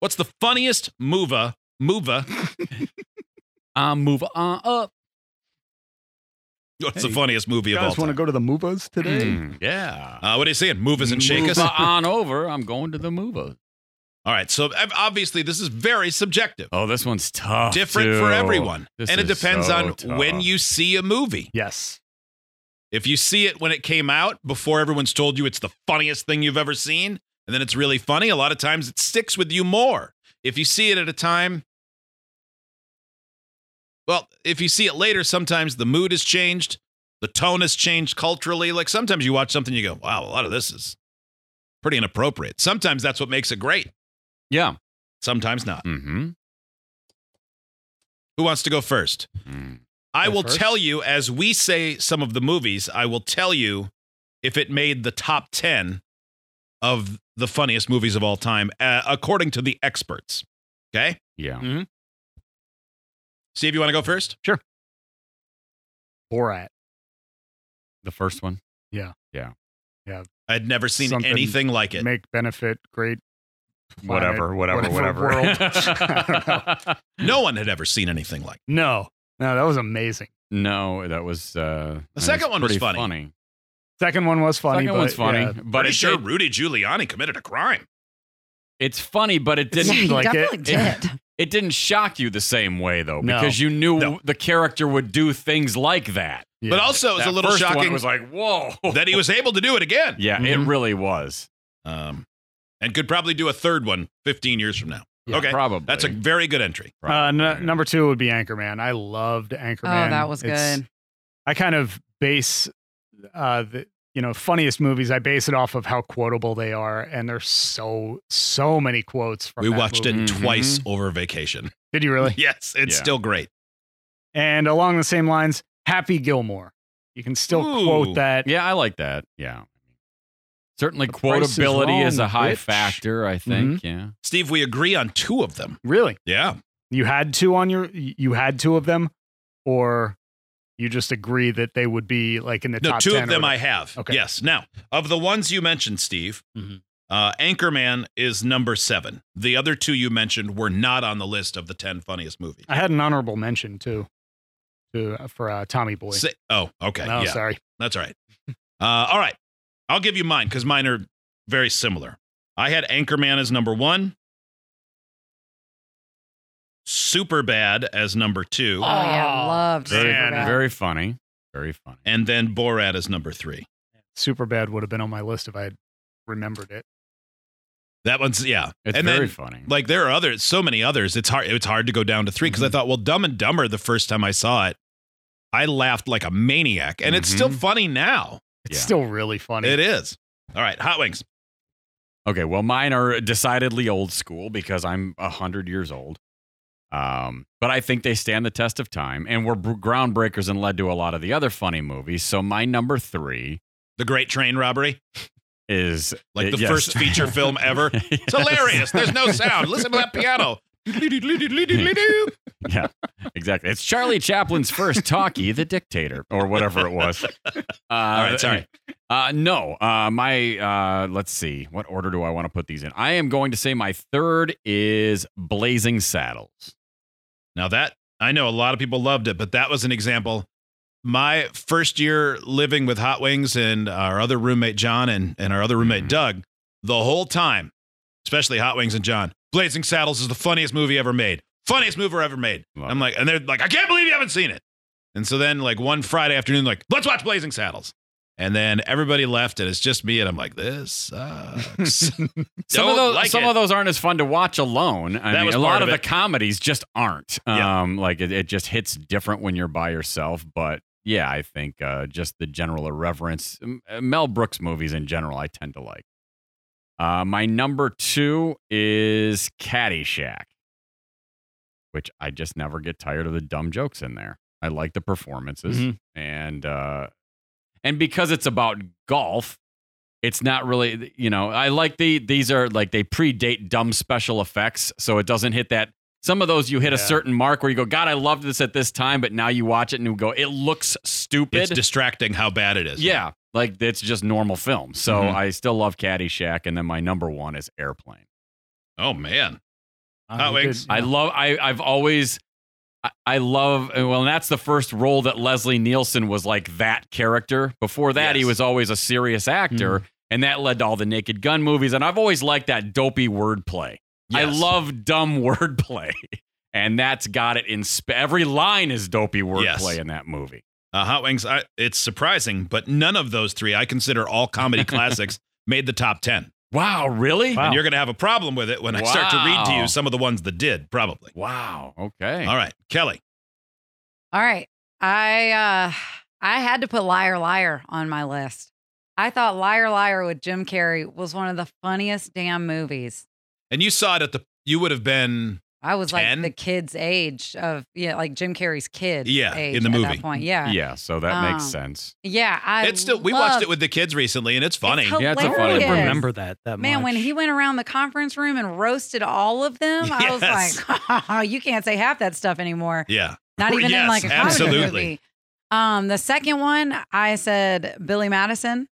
What's the funniest mover mover? I move on up. What's the Hey, funniest movie You of all guys want to time? go to the Movos today? Mm. yeah. Uh, what are you saying? Movers and shakers. Hmm, Move on over. I'm going to the Movos. All right. So ob- obviously, this is very subjective, Oh, this one's tough. different too. for everyone, This and it is depends so on tough. when you see a movie. Yes. If you see it when it came out before everyone's told you it's the funniest thing you've ever seen, and then it's really funny, a lot of times it sticks with you more. If you see it at a time, well, if you see it later, sometimes the mood has changed, the tone has changed culturally. Like sometimes you watch something, you go, wow, a lot of this is pretty inappropriate. Sometimes that's what makes it great, Yeah. sometimes not. Mm-hmm. Who wants to go first? I Mm, Go will first? tell you as we say some of the movies, I will tell you if it made the top 10 of the funniest movies of all time, uh, according to the experts. Okay. Yeah. Steve, you want to go first? Borat. The first one. I'd never seen Something anything like it. Make benefit great. planet, Whatever, whatever, whatever. world. no one had ever seen anything like no, no, that was amazing. no, that was uh The that second one was pretty funny. Second one was funny. second but, one's funny, yeah. it. but Pretty it, sure it- Rudy Giuliani committed a crime. it's funny, but it Yeah, didn't he he like it. definitely It- did. it didn't shock you the same way though, No. because you knew No. the character would do things like that. Yeah. Uh, But also, it was a That little first One shocking was like, whoa. that he was able to do it again. yeah, Mhm. it really was. Um, and could probably do a third one 15 years from now. Yeah, okay. Probably. That's a very good entry. uh, Probably. n- number two would be Anchorman. I loved Anchorman. Oh, that was It's- good. I kind of base uh, the you know funniest movies. I base it off of how quotable they are, and there's so so many quotes from. We that watched movie. Mm-hmm. it movie. twice over vacation. Did you really? Yes, it's Yeah. still great. And along the same lines, Happy Gilmore. You can still Ooh. quote that. Yeah, I like that. Yeah. Certainly The price is quotability is, wrong, a high bitch. factor, I Mm-hmm. think. Yeah. Steve, we agree on two of them. Really. Yeah. you had two on your you had two of them or you just agree that they would be like in the No, top two 10 of or them I whatever. have. Okay. Yes. Now, of the ones you mentioned, Steve, Mhm. uh, Anchorman is number seven. The other two you mentioned were not on the list of the 10 funniest movies. I had an honorable mention too to for uh, Tommy Boy. Say- oh, okay. no, yeah. sorry. That's all right. Uh, all right. I'll give you mine because mine are very similar. I had Anchorman as number one, Super Bad as number two, Oh, yeah, Oh, loved man, Superbad. Very funny. Very funny. and then Borat as number three. Superbad would have been on my list if I had remembered it. That one's, yeah. It's and very then funny. Like there are others, so many others. It's hard. It's hard to go down to three because I thought, well, Dumb and Dumber. The first time I saw it, I laughed like a maniac, and it's still Mhm. funny now. It's Yeah. still really funny. It is. All right, hot wings. okay, well, mine are decidedly old school because I'm a hundred years old. Um, but I think they stand the test of time and were br- groundbreakers and led to a lot of the other funny movies. So my number three The Great Train Robbery, is like uh, the yes. first feature film ever. Yes. It's hilarious. There's no sound. Listen to that piano. Exactly. It's Charlie Chaplin's first talkie, The Dictator, or whatever it was. Uh, All right, sorry. Uh, no, uh, my, uh, let's see, what order do I want to put these in? I am going to say my third is Blazing Saddles. Now that I know a lot of people loved it, but that was an example. My first year living with Hot Wings and our other roommate John and, and our other roommate Mhm. Doug, the whole time, especially Hot Wings and John, Blazing Saddles is the funniest movie ever made. Funniest movie ever made. Love I'm it. like, and they're like, I can't believe you haven't seen it. And so then like one Friday afternoon, like, let's watch Blazing Saddles. And then everybody left, and it's just me, and I'm like, this sucks. some Don't of those, like some it. of those aren't as fun to watch alone. I That mean, was a part lot of of, the it. comedies just aren't. Yeah. Um, like it, it just hits different when you're by yourself. But yeah, I think uh, just the general irreverence, M- uh, Mel Brooks movies in general, I tend to like. Uh, my number two is Caddyshack, which I just never get tired of the dumb jokes in there. I like the performances Mhm. and uh, and because it's about golf, it's not really you know i like the these are like they predate dumb special effects so it doesn't hit that some of those you hit a Yeah. certain mark where you go god i loved this at this time but now you watch it and you go it looks it's stupid distracting how bad it is. yeah like it's just normal film so Mhm. i still love caddyshack and then my number one is airplane Oh man. Hot we did- Wings? I love. I I've always. I- I love and well, and that's the first role that Leslie Nielsen was like that character. Before that, he Yes. Mm-hmm. was always a serious actor, and that led to all the Naked Gun movies. And I've always liked that dopey wordplay. I Yes. love dumb wordplay, and that's got it in sp- every line is dopey wordplay Yes. in that movie. Uh, Hot Wings, I, it's surprising, but none of those three, I consider all comedy classics, made the top 10. Wow, really? Wow. And you're going to have a problem with it when I start to read to Wow. you some of the ones that did, probably. Wow. Okay. All right, Kelly. All right. I uh I had to put liar liar on my list. I thought Liar Liar with Jim Carrey was one of the funniest damn movies. And you saw it at the, you would have been, I was Ten? like the kid's age of yeah, like Jim Carrey's kid. Yeah, in age the at movie. that point. Yeah, yeah. Yeah. So that makes Um, sense. I it's still, we watched loved- it with the kids recently and it's funny. It's Yeah, it's a funny hilarious. movie. don't remember that that Man, when much. he went around the conference room and roasted all of them, I was Yes. like, you can't say half that stuff anymore. yeah. Not even in Yes, like a comedy absolutely. movie. Um, the second one, I said Billy Madison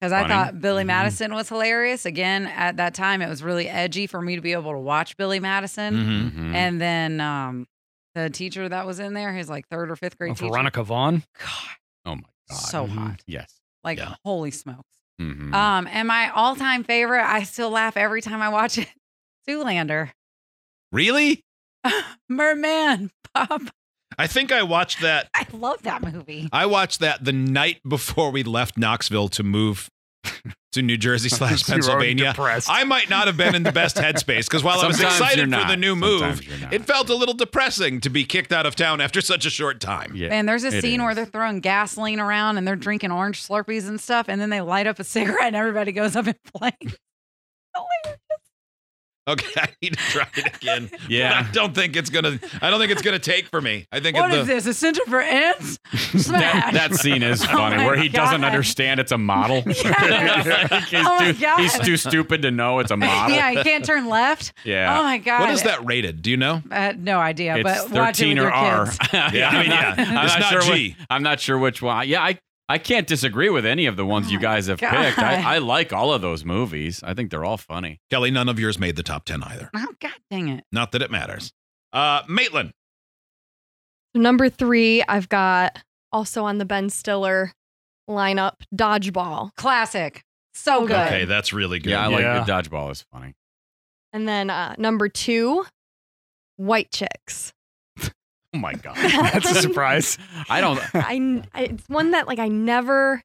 because I Funny. thought Billy Mhm. Mm-hmm. Madison was hilarious. Again, at that time, it was really edgy for me to be able to watch Billy Madison. Mhm. Mhm. And then um, the teacher that was in there, his like third or fifth grade Oh, teacher, Veronica Vaughn. God, oh my God. so Mhm. hot, yes. like Yeah. Mm-hmm. holy smokes. Mhm. Um, and my all-time favorite, I still laugh every time I watch it. Zoolander, Really? Merman, Bob. I think I watched that. I love that movie. I watched that the night before we left Knoxville to move to New Jersey slash You were already Pennsylvania. depressed. I might not have been in the best headspace because while I was Sometimes you're excited for not. the new move, Sometimes you're not. it felt a little depressing to be kicked out of town after such a short time. Yeah. Man, there's a it scene where is. they're throwing gasoline around and they're drinking orange Slurpees and stuff, and then they light up a cigarette and everybody goes up in flames. Okay, I need to try it again. Yeah. But I don't think it's gonna. I don't think it's gonna take for me. I think What it's is this? A center for ants? Smash! That, that scene is Oh funny, my where he doesn't God. understand it's a model. Yes. Like, he's, Oh my too, God. he's too stupid to know it's a model. yeah, you can't turn left. Yeah. Oh my god! what is that rated? Do you know? Uh, no idea, it's but watch it 13 with or your R. kids. Yeah, I mean, yeah. I'm It's not not sure G. Which, I'm not sure which one. Yeah, I, I can't disagree with any of the ones Oh you my guys have God. picked. I, I like all of those movies. I think they're all funny. Kelly, none of yours made the top ten either. Oh god, dang it! Not that it matters. Uh, Maitland. Number three, I've got also on the Ben Stiller lineup, Dodgeball. Classic, so good. Okay, that's really good. Yeah, I Yeah. like the dodgeball is funny. And then uh, number two, White Chicks. Oh my god. That's a surprise. I don't. I, I- it's one that like I never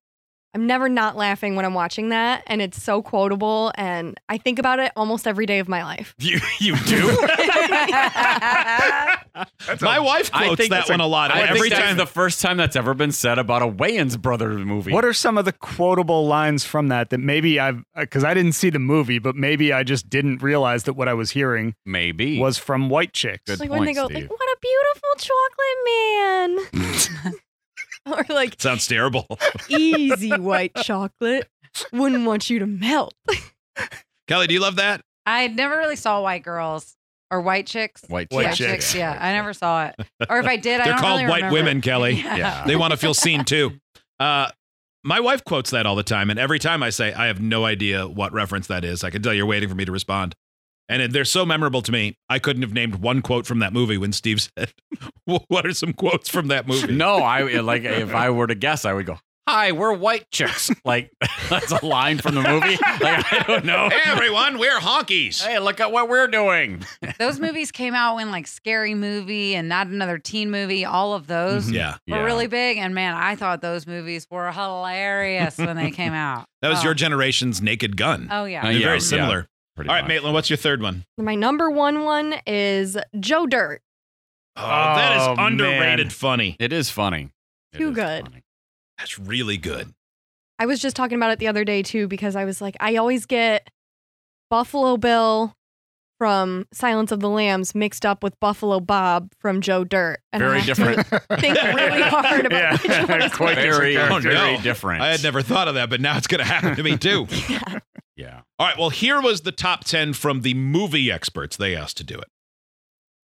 I'm never not laughing when I'm watching that and it's so quotable and I think about it almost every day of my life. You you do. My wife I quotes think that that's one a lot. I Every think that's time the first time that's ever been said about a Wayans brother movie. What are some of the quotable lines from that that maybe I've, because I didn't see the movie, but maybe I just didn't realize that what I was hearing maybe was from White Chicks. Good. like when they point, go Steve. like what a beautiful chocolate man. or like sounds terrible. easy white chocolate wouldn't want you to melt. Kelly, do you love that? I never really saw white girls or white chicks. white White yeah, chicks. Yeah, I never saw it. Or if I did, I They're don't called really white remember women, it. Kelly. Yeah. Yeah. They want to feel seen too. Uh, my wife quotes that all the time, and every time I say, I have no idea what reference that is. I can tell you're waiting for me to respond. And they're so memorable to me. I couldn't have named one quote from that movie when Steve said, "What are some quotes from that movie?" No, I like if I were to guess, I would go. Hi, we're white chicks. Like that's a line from the movie. Like I don't know. Hey, everyone, we're honkies. Hey, look at what we're doing. Those movies came out when like Scary Movie and Not Another Teen Movie, all of those Mm-hmm. Yeah, were really big. And man, I thought those movies were hilarious when they came out. that was Oh. your generation's Naked Gun. Oh yeah. Uh, They're yeah, yeah, very similar. pretty all right, much. Maitland, what's your third one? My number one one is Joe Dirt. Oh, that Oh, is man. underrated funny. It is funny. It Too is good. funny. That's really good. I was just talking about it the other day too because I was like, I always get Buffalo Bill from Silence of the Lambs mixed up with Buffalo Bob from Joe Dirt. And Very I have to different. Think really hard about Yeah, which one is quite which. Very, Oh, no. very different. I had never thought of that, but now it's going to happen to me too. Yeah. Yeah. All right, well, here was the top 10 from the movie experts. They asked to do it.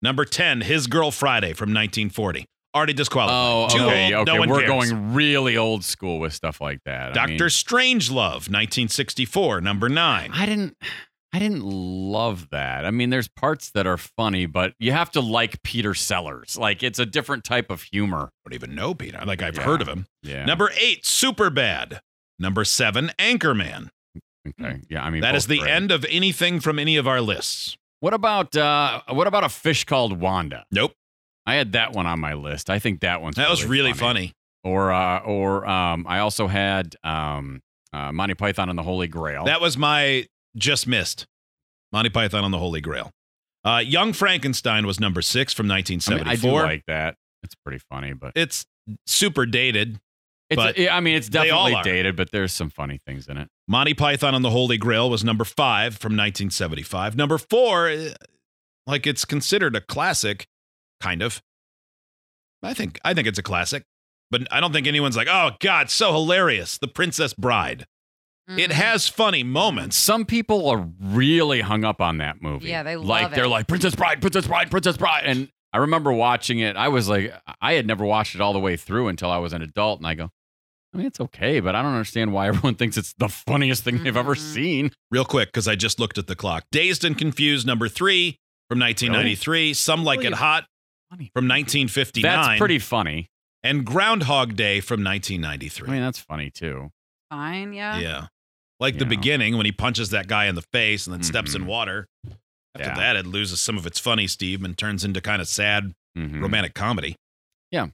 Number 10, His Girl Friday from 1940. Already Oh, disqualified. Too okay. old, okay. no one We're cares. going really old school with stuff like that. I mean, Dr. Strangelove, 1964, number 9. I didn't. I didn't love that. I mean, there's parts that are funny, but you have to like Peter Sellers. Like it's a different type of humor. don't even know Peter. Like I've Yeah. heard of him. Yeah. Number eight, Super Bad. Number seven, Anchorman. Okay. Yeah. I mean, That both is the great. end of anything from any of our lists. What about uh what about a fish called Wanda? Nope. I had that one on my list. I think that one's That was really funny. Or uh or um I also had um uh, Monty Python and the Holy Grail. Oh. That was my just missed. Monty Python on the Holy Grail. Uh, Young Frankenstein was number six from I, mean, I do 1974. like that. It's pretty funny, but it's super dated. it's but yeah, I mean it's they all definitely are. dated, but there's some funny things in it. Monty Python on the Holy Grail was number five from 1975. Number four, eh, like it's considered a classic, kind of. I think I think it's a classic, but I don't think anyone's like, oh God, so hilarious, The Princess Bride. It Mhm. has funny moments. Some people are really hung up on that movie. Yeah, they love like it. they're like Princess Bride, Princess Bride, Princess Bride, and I remember watching it. I was like, I had never watched it all the way through until I was an adult, and I go, I mean, it's okay, but I don't understand why everyone thinks it's the funniest thing they've ever Mhm. seen. Real quick, because I just looked at the clock. Dazed and Confused, number three from 1993. Some Like It Really? Hot Funny. from 1959. That's pretty funny. And Groundhog Day from I 1993. mean, that's funny too. Fine, yeah. Yeah. Like the Yeah. beginning when he punches that guy in the face and then steps in Mhm. water. After Yeah. that, it loses some of its funny, Steve, and turns into kind of sad Mhm. romantic comedy. Yeah.